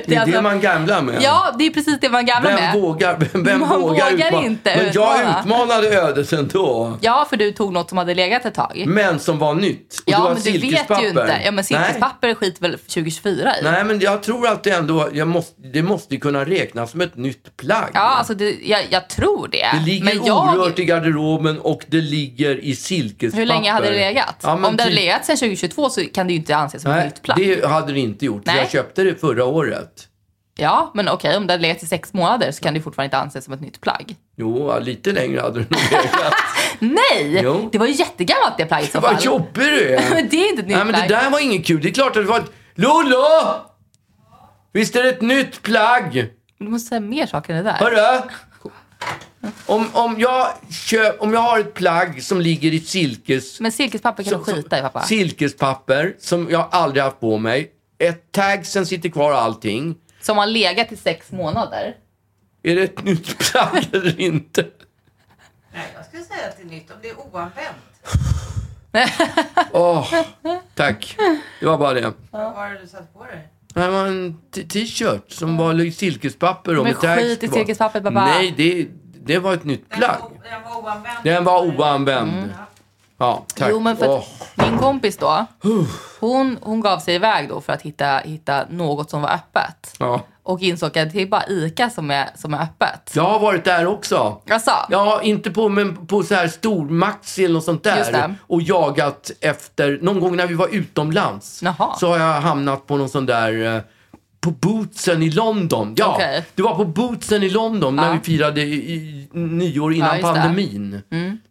B: Det är
A: alltså-
B: det man gamblar med.
A: Ja, det är precis det man gamla
B: vem
A: med.
B: vågar, vem, vem
A: Man
B: vågar,
A: vågar
B: utmana?
A: inte
B: Men jag
A: utmana.
B: utmanade ödet ändå.
A: Ja, för du tog något som hade legat ett tag.
B: Men som var nytt. Och det
A: ja,
B: var
A: men du vet ju
B: silkespapper.
A: inte. Ja, men
B: Nej.
A: silkespapper skiter väl 2024 i.
B: Nej, men jag tror att det ändå, jag måste, det måste ju kunna räknas som ett nytt plagg.
A: Ja, alltså det, jag, jag tror det.
B: det ligger
A: men jag,
B: orört i garderoben och det ligger i silkespapper.
A: Hur länge hade det legat?
B: Ja, men
A: Om det hade
B: typ-
A: legat sedan 2022 så kan det ju inte anses som ett
B: Nej,
A: nytt plagg.
B: det hade det inte gjort.
A: Nej.
B: Jag köpte det förra året.
A: Ja, men okej, om det hade legat i sex månader så kan det ju fortfarande inte anses som ett nytt plagg.
B: Jo, ja, lite längre hade det nog
A: <laughs>
B: legat.
A: Nej!
B: Jo.
A: Det var ju jättegammalt det plagget i så fall.
B: Vad jobbig du är.
A: Men <laughs> det är inte ett nytt
B: Nej, men det
A: plagg.
B: där var inget kul. Det är klart att det var ett... Lollo! Visst är det ett nytt plagg?
A: Du måste säga mer saker än det där.
B: Hörru! Om, om, jag köp, om jag har ett plagg som ligger i silkes...
A: Men silkespapper kan du
B: som-
A: skita i pappa.
B: Silkespapper som jag aldrig haft på mig. Ett tagsen sitter kvar och allting.
A: Som har legat i sex månader.
B: Är det ett <laughs> nytt plagg eller inte?
F: Nej, jag skulle säga att det är nytt om det är oanvänt.
B: Åh, tack. Det var bara det.
F: Vad var det du satt på dig?
B: Nej, Det var en t- t-shirt som var i silkespapper. och
A: Men
B: med tags
A: skit i
B: på.
A: silkespapper, pappa.
B: Nej, det, det var ett nytt
F: Den var
B: plagg.
F: o- Den var oanvänd.
B: Den var oanvänd. Ja, tack.
A: Mm. Jo, men för att
B: Åh.
A: min kompis då, hon, hon gav sig iväg då för att hitta, hitta något som var öppet.
B: ja.
A: Och insåg att det är bara ICA som är, som är öppet.
B: Jag har varit där också.
A: Alltså,
B: Ja, inte på, men på så här stormaxi eller något sånt där.
A: Just det.
B: Och jagat efter, någon gång när vi var utomlands
A: Jaha.
B: så har jag hamnat på någon sån där eh, på Bootsen i London. Ja,
A: Okej.
B: det var på Bootsen i London när
A: Ja.
B: vi firade i, i, nyår innan
A: just det. Mm.
B: pandemin.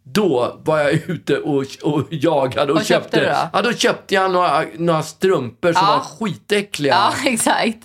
B: Då var jag ute och, och jagade och,
A: Vad köpte du då?
B: Ja, då köpte jag några, några strumpor som
A: Ja.
B: var skitäckliga.
A: ja <laughs> exakt.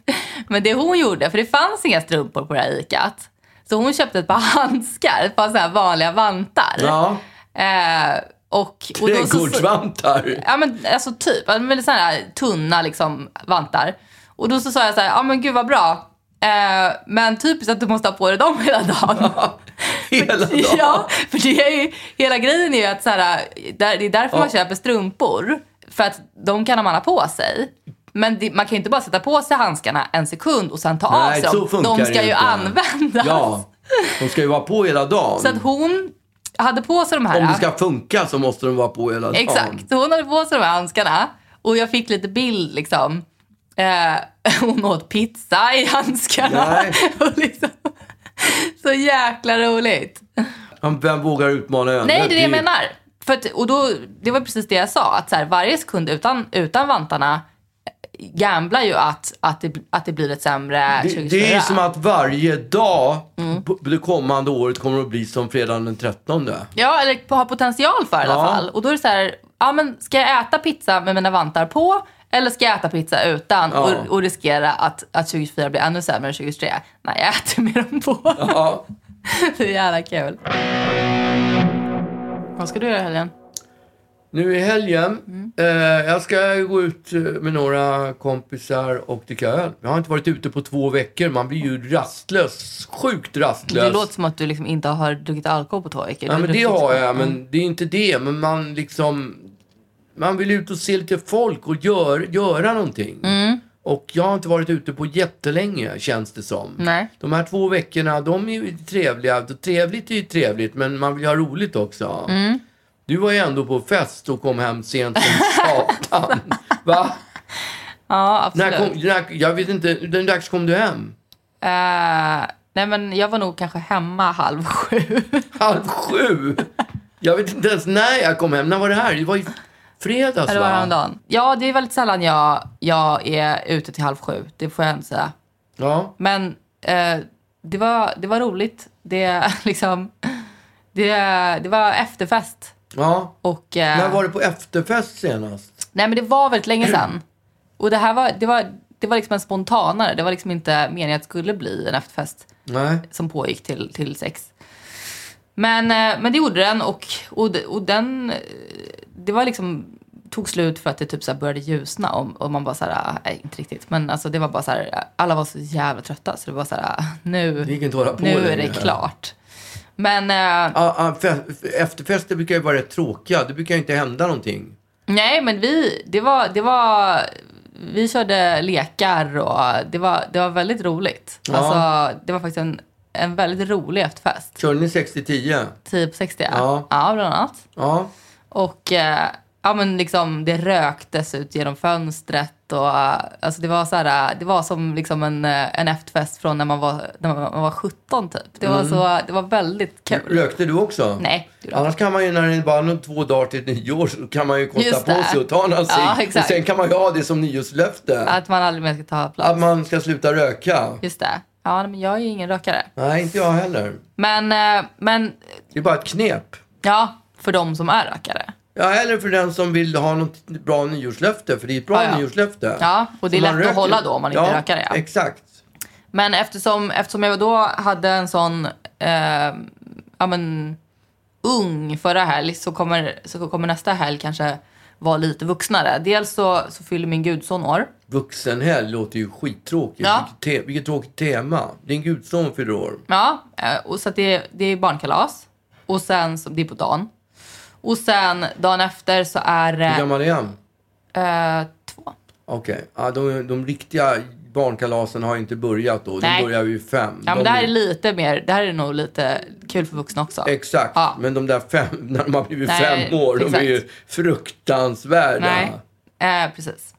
A: Men det hon gjorde, för det fanns inga strumpor på det här ICAt. Så hon köpte ett par <laughs> handskar, ett par så här vanliga vantar.
B: Ja,
A: Eh, och, och då så-
B: trädgårdsvantar.
A: Ja men alltså typ, ja, men sådana här tunna liksom vantar. Och då så sa jag så här, ja men gud vad bra. Eh, men typiskt att du måste ha på dig dem <laughs> hela dagen.
B: <laughs> Hela dagen.
A: ja, för det är ju, hela grejen är ju att så här, där, det är därför man köper strumpor. För att de kan man ha på sig. Men det, man kan ju inte bara sätta på sig handskarna en sekund och sen ta av
B: Nej,
A: sig
B: så
A: dem.
B: funkar
A: De ska
B: det
A: ju
B: inte.
A: användas.
B: Ja, de ska ju vara på hela dagen.
A: Så att hon hade på sig de här.
B: Om det ska funka så måste de vara på hela dagen.
A: Exakt, så hon hade på sig de här handskarna och jag fick lite bild liksom. Eh, <laughs> hon åt pizza i handskarna.
B: Nej.
A: <laughs> Och liksom, så jäkla roligt.
B: Ja, Vem vågar utmana henne?
A: Nej, det är det jag menar. För att, och då, det var precis det jag sa, att så här, varje sekund utan, utan vantarna eh, gamblar ju att, att, det, att det blir ett sämre
B: Det,
A: 2024.
B: det är ju som att varje dag
A: Mm.
B: på det kommande året kommer att bli som fredagen den 13.
A: Ja, eller har potential för i alla
B: Ja.
A: fall. Och då är det så här, ja men ska jag äta pizza med mina vantar på eller ska jag äta pizza utan
B: Ja.
A: och, och riskera att, att 2024 blir ännu sämre än 2023? Nej, jag äter med dem på.
B: Ja.
A: <laughs> det är jävla kul. Vad ska du göra i helgen?
B: Nu i helgen,
A: Mm.
B: eh, jag ska gå ut eh, med några kompisar och dricka öl. Jag har inte varit ute på två veckor. Man blir ju rastlös. Sjukt rastlös.
A: Det låter som att du liksom inte har druckit alkohol på två veckor. Du
B: Ja, men det
A: druckit- liksom-
B: har jag, men det är inte det. Men man liksom... Man vill ut och se lite folk och gör, göra någonting.
A: Mm.
B: Och jag har inte varit ute på jättelänge, känns det som.
A: Nej.
B: De här två veckorna, de är ju trevliga. Trevligt är ju trevligt, men man vill ha roligt också.
A: Mm.
B: Du var ju ändå på fest och kom hem sent som satan.
A: <laughs>
B: Va?
A: Ja, absolut.
B: När kom, när, jag vet inte, den dags kom du hem?
A: Eh, nej, men jag var nog kanske hemma halv sju. <laughs>
B: Halv sju? Jag vet inte ens när jag kom hem. När var det här? Det var i fredags,
A: Ja, det var
B: va?
A: häromdagen. Ja, det är väldigt sällan jag, jag är ute till halv sju. Det får jag inte säga.
B: Ja.
A: Men eh, det, var, det var roligt. Det, <laughs> liksom, det, det var efterfest.
B: Ja.
A: Och, eh,
B: När var det på efterfest senast?
A: Nej, men det var väldigt länge sedan. Och det här var, det var, det var liksom en spontanare. Det var liksom inte meningen att det skulle bli en efterfest
B: Nej.
A: som pågick till, till sex. Men, eh, men det gjorde den och, och, de- och den eh, det var liksom tog slut för att det typ så här började ljusna och, och man bara så här, äh, nej inte riktigt men alltså det var bara så här, alla var så jävla trötta så det var så här, äh, nu,
B: Det gick inte att hålla på
A: nu är
B: längre.
A: det klart. Men eh,
B: Ja, ja, fe- efterfester brukar ju vara rätt tråkiga. Det brukar ju inte hända någonting.
A: nej men vi, det var, det var vi körde lekar och det var, det var väldigt roligt.
B: Ja.
A: Alltså, det var faktiskt en, en väldigt rolig efterfest.
B: Körde ni 60-10?
A: 10 på 60,
B: Ja.
A: ja bland annat.
B: Ja.
A: Och eh, ja, men liksom, det röktes ut genom fönstret. Och, eh, alltså, det, var så här, eh, det var som liksom en, eh, en efterfest från när man var, när man man var 17 typ. Det
B: Mm.
A: var, så, det var väldigt kul.
B: Rökte du också?
A: Nej, det gjorde jag
B: Annars kan man ju när det är bara två dagar till nyår så kan man ju kosta
A: Just
B: på
A: det.
B: sig och ta några
A: Ja,
B: cigg. och
A: exakt.
B: sen kan man ju ha det som nyårslöfte. Att,
A: Att man aldrig mer ska ta plats.
B: man ska sluta röka.
A: Just det. Ja, men jag är ju ingen rökare.
B: Nej, inte jag heller.
A: Men, eh, men
B: Det är bara ett knep.
A: ja, för de som är rökare.
B: Ja, eller för den som vill ha något bra nyårslöfte, för det är ett bra
A: Ja, ja.
B: nyårslöfte.
A: Ja, och det är
B: Så man
A: lätt att
B: röker.
A: hålla då om man inte
B: ja,
A: rökar det.
B: exakt.
A: Men eftersom, eftersom jag då hade en sån eh, ja, men, ung förra helg så kommer, så kommer nästa helg kanske vara lite vuxnare. Dels så, så fyller min gudson år.
B: Vuxenhelg låter ju skittråkigt.
A: Ja.
B: Vilket, te- vilket tråkigt tema. Din gudson fyller år.
A: Ja, eh, och så att det, det är barnkalas. Och sen, så, det är på dagen. Och sen dagen efter så är
B: Hur
A: det
B: gammal är han?
A: eh, två.
B: Okej. Ja, de, de riktiga barnkalasen har inte börjat då. De
A: Nej.
B: börjar ju fem.
A: Ja, men
B: de
A: det här är lite mer, det här är nog lite kul för vuxna också.
B: Exakt.
A: Ja.
B: Men de där fem, <laughs> när de har blivit
A: Nej,
B: fem år, de är
A: exakt.
B: ju fruktansvärda.
A: Nej, eh, precis.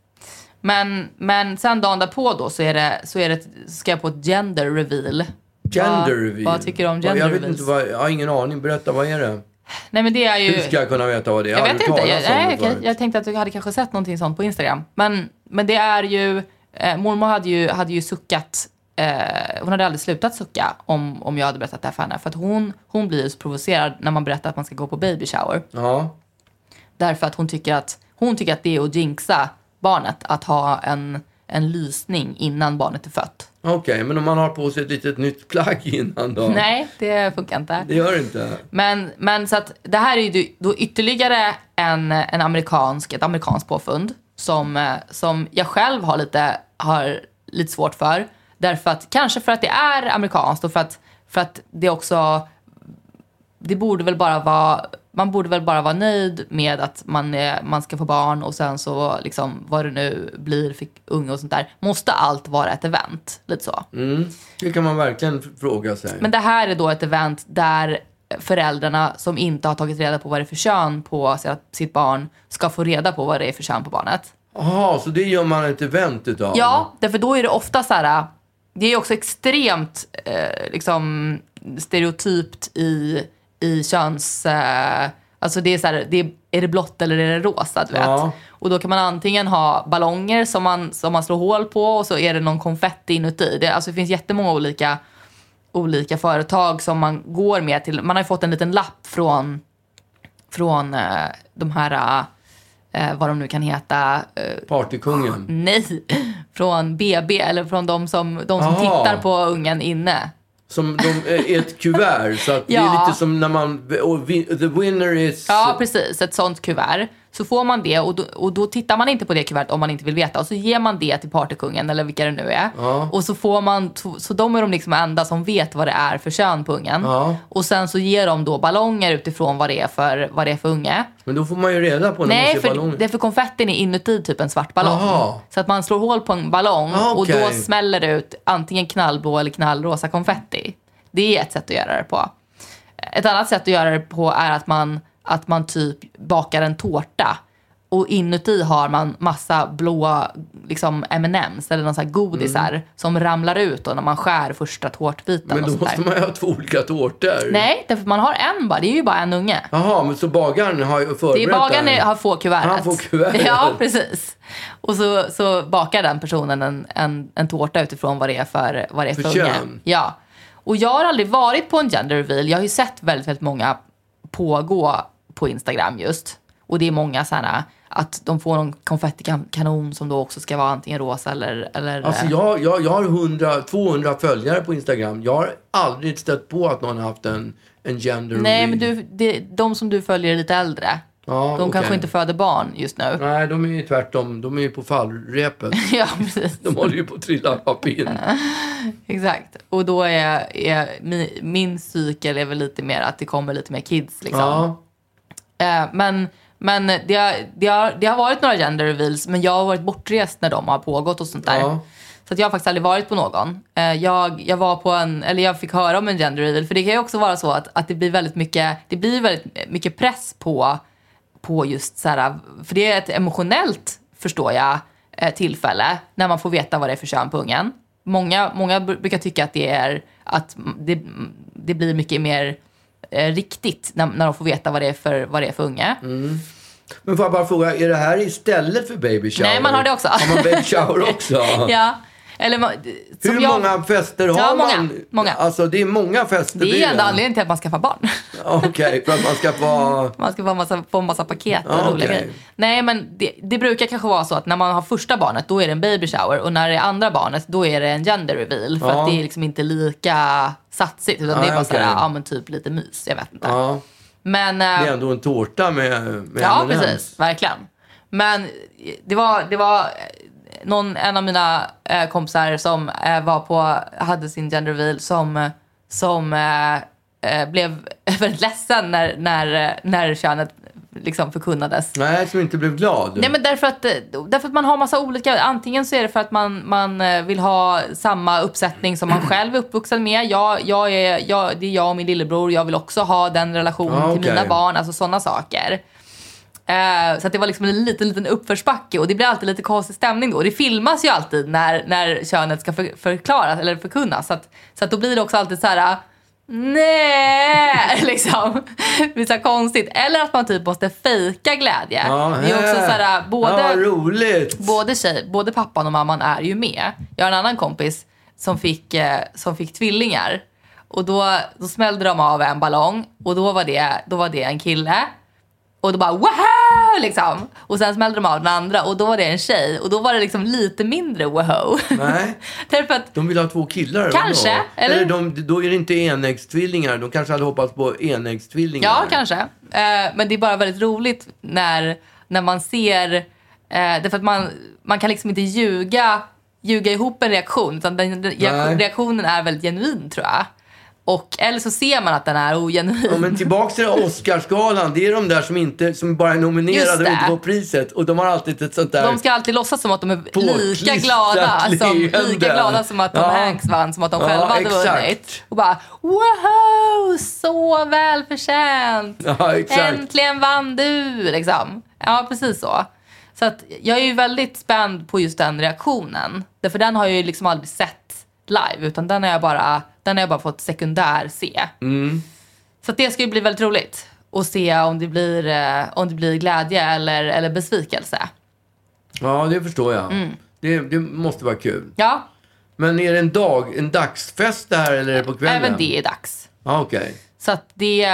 A: Men, men sen dagen därpå då så, är det, så är det, ett- ska jag på ett gender reveal.
B: Gender
A: Vad-
B: reveal.
A: Vad tycker du om
B: Ja,
A: gender
B: Jag vet
A: reveals?
B: inte vad, jag har ingen aning. Berätta, vad är det?
A: Nej men det är ju...
B: Hur ska jag kunna veta vad det är?
A: jag
B: har
A: vet inte.
B: du talat
A: Jag,
B: om det
A: nej, okej,
B: förut?
A: jag tänkte att du hade kanske sett någonting sånt på Instagram. Men, men det är ju... Eh, mormor hade ju, hade ju suckat. Eh, hon hade aldrig slutat sucka om, om jag hade berättat det här för henne. För att hon, hon blir ju så provocerad när man berättar att man ska gå på baby shower.
B: Ja.
A: Därför att hon tycker att, hon tycker att det är att jinxa barnet att ha en, en lysning innan barnet är fött.
B: Okej, men om man har på sig ett litet nytt plagg <laughs> innan då?
A: Nej, det funkar inte.
B: Det gör det inte.
A: Men, men så att det här är ju då ytterligare en, en amerikansk, ett amerikanskt påfund som, eh, som jag själv har lite, har lite svårt för. Därför att, kanske för att det är amerikanskt och för att, för att det också det borde väl bara vara, man borde väl bara vara nöjd med att man, är, man ska få barn och sen så liksom vad det nu blir, fick unge och sånt där. Måste allt vara ett event? Lite så.
B: Det kan man verkligen f- fråga sig.
A: Men det här är då ett event där föräldrarna som inte har tagit reda på vad det är för kön på si- sitt barn ska få reda på vad det är för kön på barnet.
B: Jaha, så det gör man ett event utav?
A: Ja, därför då är det ofta så här... Det är också extremt eh, liksom, stereotypt i, i köns... Eh, alltså det är så här, det är, är det blått eller är det rosa? Du vet?
B: Ja.
A: Och då kan man antingen ha ballonger som man, som man slår hål på och så är det någon konfetti inuti. Det, alltså det finns jättemånga olika olika företag som man går med till. Man har ju fått en liten lapp från, från eh, de här, eh, vad de nu kan heta, eh,
B: Partykungen.
A: nej, från BB eller från de som, de som
B: Aha.
A: tittar på ungen inne.
B: Som de eh, är ett kuvert. Så att det är
A: Ja.
B: lite som när man... Och vi, the winner is...
A: Ja, precis. Ett sånt kuvert. Så får man det och då, och då tittar man inte på det kuvertet om man inte vill veta. Och så ger man det till partykungen eller vilka det nu är. Och så får man, så- så de är de liksom enda som vet vad det är för kön på ungen.
B: Ja.
A: Och sen så ger de då ballonger utifrån vad det är för, vad det är för unge.
B: Men då får man ju reda på när
A: Nej,
B: man ser
A: för,
B: ballongen.
A: det är för konfettin är inuti typ en svart ballong.
B: Jaha.
A: Så att man slår hål på en ballong
B: Ah,
A: och
B: okej.
A: då smäller det ut antingen knallblå eller knallrosa konfetti. Det är ett sätt att göra det på. Ett annat sätt att göra det på är att man, att man typ bakar en tårta och inuti har man massa blå liksom M&M's eller någon sån här godisar som ramlar ut då när man skär första tårtbiten.
B: Mm. Men
A: och
B: då
A: sånt alltså, där.
B: måste man ju ha två olika tårtor.
A: Nej, därför att man har en bara. Det är ju bara en unge.
B: Jaha, men så bagaren har ju förberett
A: Det är bagaren
B: den.
A: är- har får kuvertet.
B: Han får kuvertet.
A: <laughs> Ja, precis. Och så, så bakar den personen en, en, en tårta utifrån vad det är för, vad det är
B: För
A: för, unge.
B: kön.
A: Ja. Och jag har aldrig varit på en gender reveal. Jag har ju sett väldigt, väldigt många pågå på Instagram just. Och det är många sådana att de får någon konfettikanon som då också ska vara antingen rosa eller... eller
B: Alltså jag, jag, jag har 100, 200 följare på Instagram. Jag har aldrig stött på att någon har haft en, en gender
A: Nej,
B: reveal.
A: men du, det, de som du följer är lite äldre.
B: Ja,
A: de
B: okej.
A: kanske inte föder barn just nu.
B: Nej, de är ju tvärtom. De är ju på fallrepet.
A: <laughs> Ja, precis. <laughs>
B: De håller ju på att trilla av pinn.
A: Exakt. Och då är, är min, min cykel är väl lite mer att det kommer lite mer kids. Liksom.
B: Ja.
A: Eh, men, Men det, har- det, har, det har varit några gender reveals, men jag har varit bortrest när de har pågått och sånt där.
B: Ja.
A: Så att jag har faktiskt aldrig varit på någon. Eh, Jag, jag var på en, eller jag fick höra om en gender reveal. För det kan ju också vara så att, att det blir väldigt mycket, det blir väldigt mycket press på, på just så här, för det är ett emotionellt, förstår jag, eh, tillfälle när man får veta vad det är för kön på ungen. Många, många br- brukar tycka att det är, att det, det blir mycket mer eh, riktigt när, när de får veta vad det är för, vad det är för unge.
B: Mm. Men får jag bara fråga, är det här istället för baby shower?
A: Nej, man har det också.
B: Har man baby shower också?
A: <laughs> Ja. Eller, man-
B: Hur
A: som jag-
B: många fester har
A: Ja, många,
B: man?
A: många.
B: Alltså det är många fester.
A: Det
B: blir
A: är enda anledningen till att man skaffar barn.
B: <laughs>
A: <laughs>
B: Okej, för att man ska få...
A: Man ska få en massa, få en massa paket och
B: Ja,
A: roliga
B: Ah, okej.
A: grejer. Nej, men det, det brukar kanske vara så att när man har första barnet, då är det en baby shower. Och när det är andra barnet, då är det en gender reveal. För
B: Ja.
A: att det är liksom inte lika satsigt. Utan det är
B: Nej,
A: bara så här,
B: Ah. okej.
A: ja men typ lite mys. Jag vet inte.
B: Ja,
A: Men,
B: det
A: eh,
B: är ändå en tårta med, med
A: Ja,
B: M&M's.
A: precis. Verkligen. Men det var, det var eh, någon, en av mina eh, kompisar som eh, var på, hade sin gender reveal som, som eh, eh, blev <laughs> väldigt ledsen när, när, eh, när könet liksom förkunnades.
B: Nej, som inte blev glad.
A: Nej men därför att, eh, därför att man har massa olika, antingen så är det för att man, man eh, vill ha samma uppsättning som man själv är uppvuxen med. Jag, jag är, jag, det är jag och min lillebror, jag vill också ha den relationen
B: Ja,
A: till
B: okej.
A: mina barn, alltså sådana saker. Eh, så att det var liksom en liten, liten uppförsbacke och det blir alltid lite konstig stämning då. Och det filmas ju alltid när, när könet ska för, förklaras eller förkunnas. Så, att, så att då blir det också alltid så här. Nej, <laughs> liksom. Det blir så här konstigt. Eller att man typ måste fejka glädje.
B: Ja,
A: det är också så här, äh,
B: hä.
A: både,
B: Ja, vad roligt!
A: både, tjej, både pappan och mamman är ju med. Jag har en annan kompis som fick, eh, som fick tvillingar. Och då, då smällde de av en ballong och då var det, då var det en kille. Och då bara woho! Liksom. Och sen smällde de av den andra och då var det en tjej. Och då var det liksom lite mindre woho.
B: Nej,
A: <laughs> Därför att
B: de vill ha två killar. eller
A: Kanske,
B: vadå?
A: eller-
B: eller de, då är det inte enäggstvillingar. De kanske hade hoppats på enäggstvillingar.
A: Ja, kanske. Eh, men det är bara väldigt roligt när, när man ser... Eh, därför att man, man kan liksom inte ljuga, ljuga ihop en reaktion. Utan den, den reaktion,
B: Nej.
A: reaktionen är väldigt genuin, tror jag. Och, eller så ser man att den är ogenuin.
B: Ja, men tillbaks till Oscarsgalan. Det är de där som, inte, som bara är
A: Just
B: nominerade
A: det.
B: och inte får priset. Och de har alltid ett sånt där...
A: De ska alltid låtsas som att de är lika
B: Påklistrat
A: glada, som, lika
B: leende.
A: glada som att Tom
B: Ja.
A: Hanks vann, som att de
B: Ja,
A: själva hade
B: exakt.
A: vunnit. Och bara wow, så välförtjänt!
B: Ja, exakt.
A: Äntligen vann du! Liksom. Ja, precis så. Så att jag är ju väldigt spänd på just den reaktionen. Därför den har jag ju liksom aldrig sett live, utan den har jag bara, den har jag bara fått sekundär se. Så att det ska ju bli väldigt roligt att se om det blir, eh, om det blir glädje eller, eller besvikelse.
B: Ja, det förstår jag.
A: Mm.
B: Det, det måste vara kul.
A: Ja,
B: Men är det en, dag, en dagsfest det här eller är det på kvällen?
A: även det är dags.
B: Ja, okej.
A: Så att det, eh,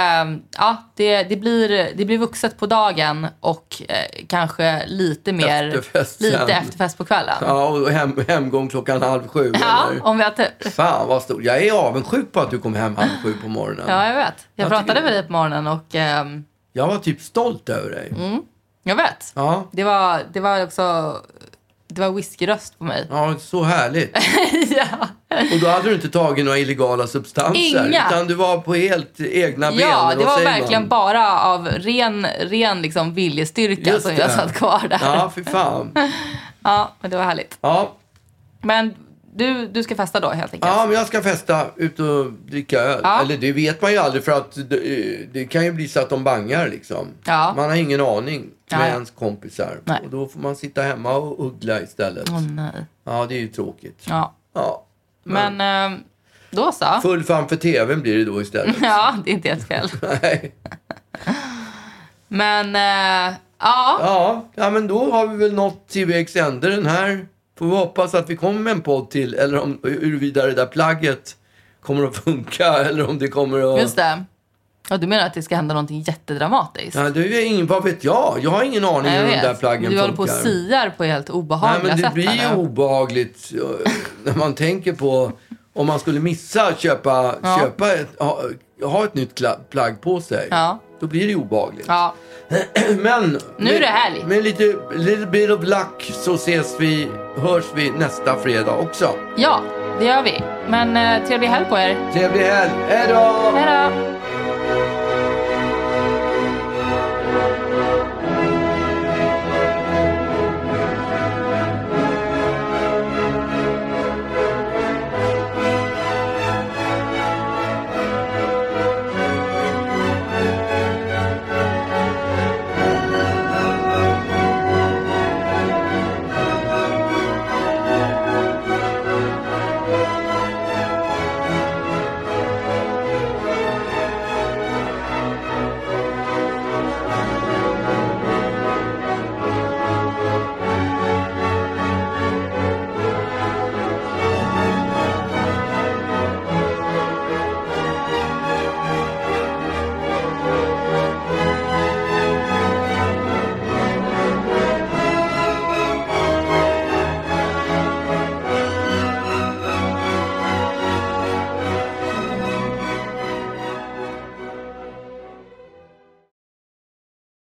A: ja, det, det, blir, det blir vuxet på dagen och eh, kanske lite mer
B: Efterfest sen.
A: lite efterfest på kvällen. Ja,
B: Ja, och hem, hemgång klockan halv sju eller?
A: om vi har tur.
B: Fan vad stor. Jag är avundsjuk på att du kom hem halv sju på morgonen.
A: Ja, jag vet. Jag,
B: Jag
A: pratade
B: tycker-
A: med dig på morgonen och ehm,
B: Jag var typ stolt över dig.
A: Mm. jag vet.
B: Ja.
A: Det, var, det var också det var whiskyröst på mig.
B: ja, så härligt.
A: <laughs> ja.
B: Och då hade du inte tagit några illegala substanser.
A: Inga.
B: Utan du var på helt egna ben.
A: Ja,
B: eller
A: det
B: vad
A: var
B: säger
A: verkligen
B: man?
A: bara av ren, ren liksom viljestyrka
B: Just
A: som
B: det.
A: jag satt kvar där.
B: Ja, fy fan.
A: Ja, men det var härligt.
B: Ja.
A: Men du, du ska festa då helt enkelt?
B: Ja, men jag ska festa ut och dricka öl.
A: Ja.
B: Eller det vet man ju aldrig för att det, det kan ju bli så att de bangar liksom.
A: Ja.
B: Man har ingen aning med
A: Ja, ja.
B: ens kompisar.
A: Nej.
B: Och då får man sitta hemma och uggla istället.
A: Åh, Mm, nej.
B: Ja, det är ju tråkigt.
A: Ja.
B: Ja.
A: Men ehm, då så.
B: Full framför tvn blir det då istället.
A: <laughs> Ja, det är inte helt fel.
B: Nej.
A: Men eh, ja,
B: ja. ja, men då har vi väl nått till vägs ände den här. Får vi hoppas att vi kommer med en podd till eller om huruvida det där plagget kommer att funka <laughs> eller om det kommer att...
A: just det. Ja, du menar att det ska hända någonting jättedramatiskt?
B: Ja, det är ingen, vad vet jag? Jag har ingen aning
A: jag
B: hur de där
A: vet.
B: plaggen
A: Du håller på
B: funkar.
A: och siar på helt
B: Nej,
A: obehagliga
B: men det
A: sätt
B: blir
A: här nu.
B: ju obehagligt eh, när man tänker på om man skulle missa att köpa,
A: Ja.
B: köpa ett, ha, ha ett nytt kla- plagg på sig.
A: Ja.
B: Då blir det ju obehagligt.
A: Ja,
B: Men
A: Nu är det helg.
B: Med lite little bit of luck så ses vi, hörs vi nästa fredag också.
A: ja, det gör vi. Men eh, trevlig helg på er.
B: Trevlig helg. Hej då!
A: Hej då!